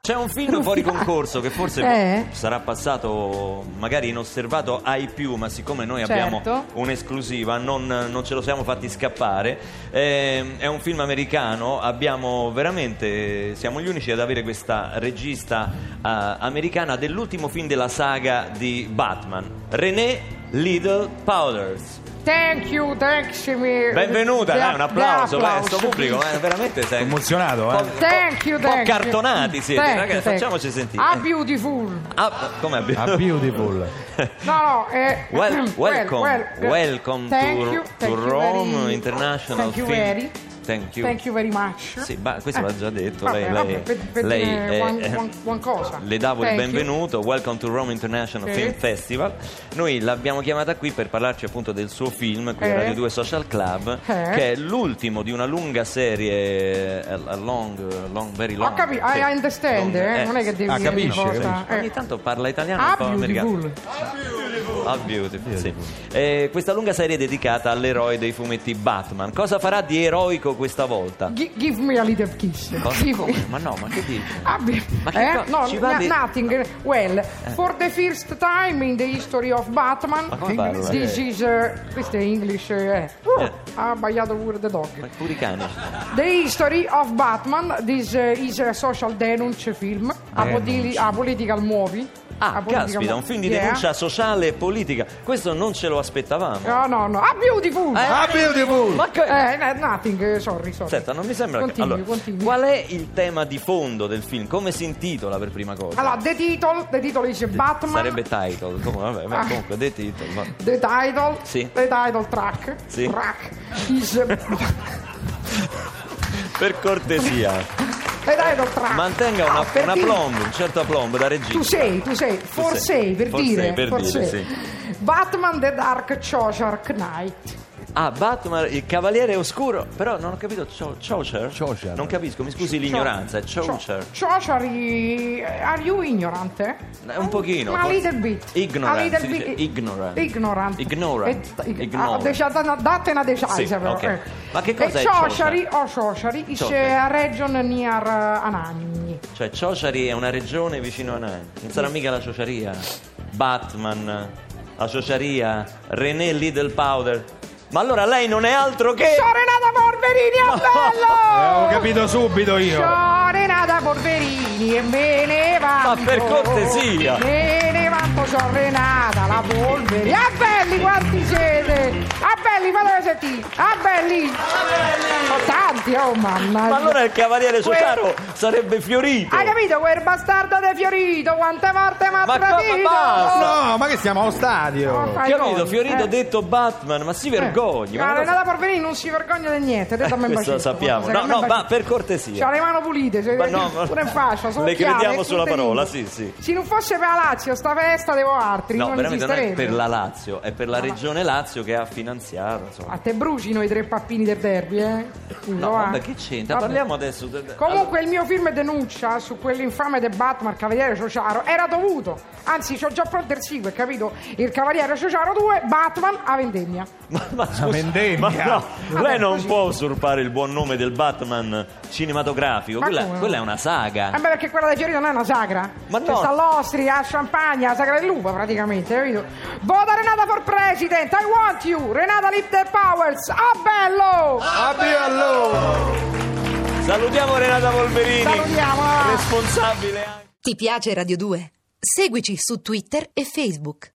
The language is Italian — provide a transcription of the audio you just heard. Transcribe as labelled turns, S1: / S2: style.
S1: C'è un film fuori concorso che forse
S2: Eh?
S1: sarà passato magari inosservato ai più, ma siccome noi abbiamo
S2: Certo.
S1: un'esclusiva non, non ce lo siamo fatti scappare. Eh, è un film americano, abbiamo veramente, siamo gli unici ad avere questa regista eh, americana dell'ultimo film della saga di Batman, René Little Powders.
S2: Thank you, thanks me.
S1: Benvenuta,
S2: Da-
S1: dai, un applauso,
S2: da
S1: beh, sto pubblico, eh, veramente sei
S3: Emozionato, eh?
S2: Thank you,
S1: un po'
S2: thank you.
S1: cartonati siete,
S2: Thank
S1: ragazzi,
S2: you, thank you.
S1: facciamoci sentire.
S2: Ah, beautiful.
S1: Ah, come abbiamo...
S3: A beautiful.
S2: No, no, eh,
S1: Well, welcome,
S2: well,
S1: welcome
S2: thank
S1: to,
S2: you,
S1: to
S2: thank you
S1: Rome
S2: very-
S1: International
S2: thank you
S1: Film.
S2: very-
S1: Thank you.
S2: Thank you very much.
S1: Sì, ma questo
S2: Eh,
S1: l'ha già detto.
S2: vabbè,
S1: lei
S2: vabbè,
S1: lei-
S2: per- per
S1: lei,
S2: dire
S1: eh,
S2: one-
S1: eh,
S2: one- one cosa.
S1: Le davo il
S2: Thank you.
S1: benvenuto. Welcome to Rome International
S2: Sì.
S1: Film Festival. Noi l'abbiamo chiamata qui per parlarci appunto del suo film, qui a
S2: Eh.
S1: Radio 2 Social Club,
S2: Eh.
S1: che è l'ultimo di una lunga serie, eh, a long, long, very long.
S2: Ho capito,
S1: sì.
S2: I understand,
S1: Long,
S2: eh,
S1: eh,
S2: non è che devi
S3: Ah,
S2: dire ogni
S3: capisci,
S2: cosa.
S3: capisci.
S2: eh.
S1: Ogni tanto parla italiano e un
S2: Ah,
S1: po' americano.
S2: beautiful.
S1: Ah, Beautiful, sì. Eh, questa lunga serie è dedicata all'eroe dei fumetti Batman. Cosa farà di eroico questa volta?
S2: Gi- Give me a little kiss.
S1: Cosa-
S2: Give
S1: come?
S2: me-
S1: Ma no, ma che dici?
S2: Ah, beh,
S1: Ma che
S2: eh?
S1: co-
S2: no,
S1: ci va
S2: n-
S1: di- Eh.
S2: nothing. Well, for the first time in the history of Batman,
S1: Ma come parla?
S2: this is uh, questo è English. eh. Uh,
S1: Eh.
S2: Ha sbagliato pure the dog.
S1: Ma pure i cani.
S2: The History of Batman, this uh, is a social denunce film, a, poli- a political movie.
S1: Eh. Ah,
S2: a political
S1: caspita, un film di
S2: yeah.
S1: denuncia sociale e politica. Questo non ce lo aspettavamo.
S2: No, no, no, ah, beautiful!
S1: Eh.
S3: A beautiful.
S1: Ma che...
S2: Eh, no, nothing, eh, sorry, sorry.
S1: Senta, non mi sembra che...
S2: Continui, continui.
S1: qual è il tema di fondo del film? Come si intitola per prima cosa?
S2: Allora, the title, the title is Batman,
S1: Sarebbe title, com- vabbè, ma
S2: Ah.
S1: comunque, dei titoli. ma-
S2: the title,
S1: Sì.
S2: the title track,
S1: Sì.
S2: track is... the
S1: Per cortesia,
S2: title track.
S1: mantenga
S2: Ah,
S1: una,
S2: per
S1: una
S2: dire-
S1: plomb, un certo plomb da regista.
S2: Tu sei, tu sei, for
S1: sei,
S2: sei, per
S1: for
S2: dire.
S1: sei, per
S2: for
S1: dire,
S2: sei. Batman the Dark Chaucer Knight.
S1: Ah, Batman, il cavaliere oscuro. Però non ho capito. Cho- Chaucer?
S3: Chaucer.
S1: Non capisco, mi scusi l'ignoranza. È Chaucer.
S2: Chaucer, i- are you ignorant? eh?
S1: Eh, Un pochino.
S2: Ma a
S1: forse.
S2: little bit.
S1: Ignorant.
S2: A little
S1: si dice
S2: bit.
S1: Ignorant.
S2: Ignorant.
S1: Ignorant.
S2: E-
S1: Ignorant.
S2: ah, decia- da- date una
S1: Sì,
S2: decisa però.
S1: ok.
S2: eh.
S1: Ma che cosa
S2: e
S1: è
S2: Chaucer? O Chaucer is eh,
S1: Chaucer.
S2: a region near uh, Anagni.
S1: Cioè, Chauceri è una regione vicino a Nantes. Non sarà mica la Ciociaria. Batman, la Ciociaria, René Little Powder. Ma allora lei non è altro che.
S2: Ciao Renata Polverini, a bello!
S3: Avevo Eh, capito subito io.
S2: Ciao Renata Polverini e me ne vanto.
S1: per cortesia.
S2: Me ne vanto, ciao Renata, la Polveri. A belli quanti siete! A belli, fatemi sentire! A Ah, belli! Sono tanti, oh mamma!
S1: Ma allora il cavaliere
S2: Que-
S1: Ciociaro sarebbe fiorito.
S2: Hai Ah, capito quel bastardo de Fiorito? Quante volte mi
S1: Ma
S2: ha
S1: come
S2: tradito?
S1: basta?
S3: No, ma che siamo allo stadio?
S2: Fai
S1: Fiorito,
S2: gol,
S1: Fiorito
S2: eh.
S1: detto Batman, ma si vergogni.
S2: Ma
S1: ma non lo-
S2: Renata Porverini non si vergogna di niente, detto a me
S1: Eh, questo lo
S2: bacetto,
S1: sappiamo.
S2: guarda,
S1: No,
S2: se a me
S1: no, ma
S2: bacetto.
S1: per cortesia.
S2: C'ha le mani pulite, se
S1: Ma no, ma-
S2: pure in faccia, sono
S1: Le
S2: chiare,
S1: crediamo sulla
S2: tutte
S1: parola, sì,
S2: lunghe.
S1: sì.
S2: Se non fosse per la Lazio, sta festa devo altri,
S1: No,
S2: non
S1: veramente non è
S2: esisterebbe.
S1: per la Lazio, è per la regione Lazio che ha finanziato. Insomma.
S2: A te brucino i tre pappini del derby, eh? Scusa,
S1: No,
S2: va.
S1: vabbè, che c'entra?
S2: Vabbè.
S1: Parliamo adesso. de- de-
S2: Comunque il mio film denuncia su quell'infame de Batman, Cavaliere Sociaro, era dovuto. Anzi, c'ho già pronto il sequel, capito? Il Cavaliere Sociaro 2, Batman a vendemmia.
S1: Ma, ma scusa,
S3: vendemmia.
S1: ma no, lei non
S2: così.
S1: può usurpare il buon nome del Batman cinematografico.
S2: Ma
S1: Quella,
S2: come no?
S1: quella è una
S2: Eh beh,
S1: saga.
S2: perché quella di Fiorito non è una sagra.
S1: Ma
S2: C'è
S1: no.
S2: sta l'Ostria, la Champagne, la Sagra dell'Uva praticamente, capito? Vota Renata for President, I want you! Renata Little Powers, ah bello!
S3: A allora.
S1: Salutiamo Renata Polverini,
S2: Salutiamo! ah.
S1: responsabile anche.
S4: Ti piace Radio 2? Seguici su Twitter e Facebook.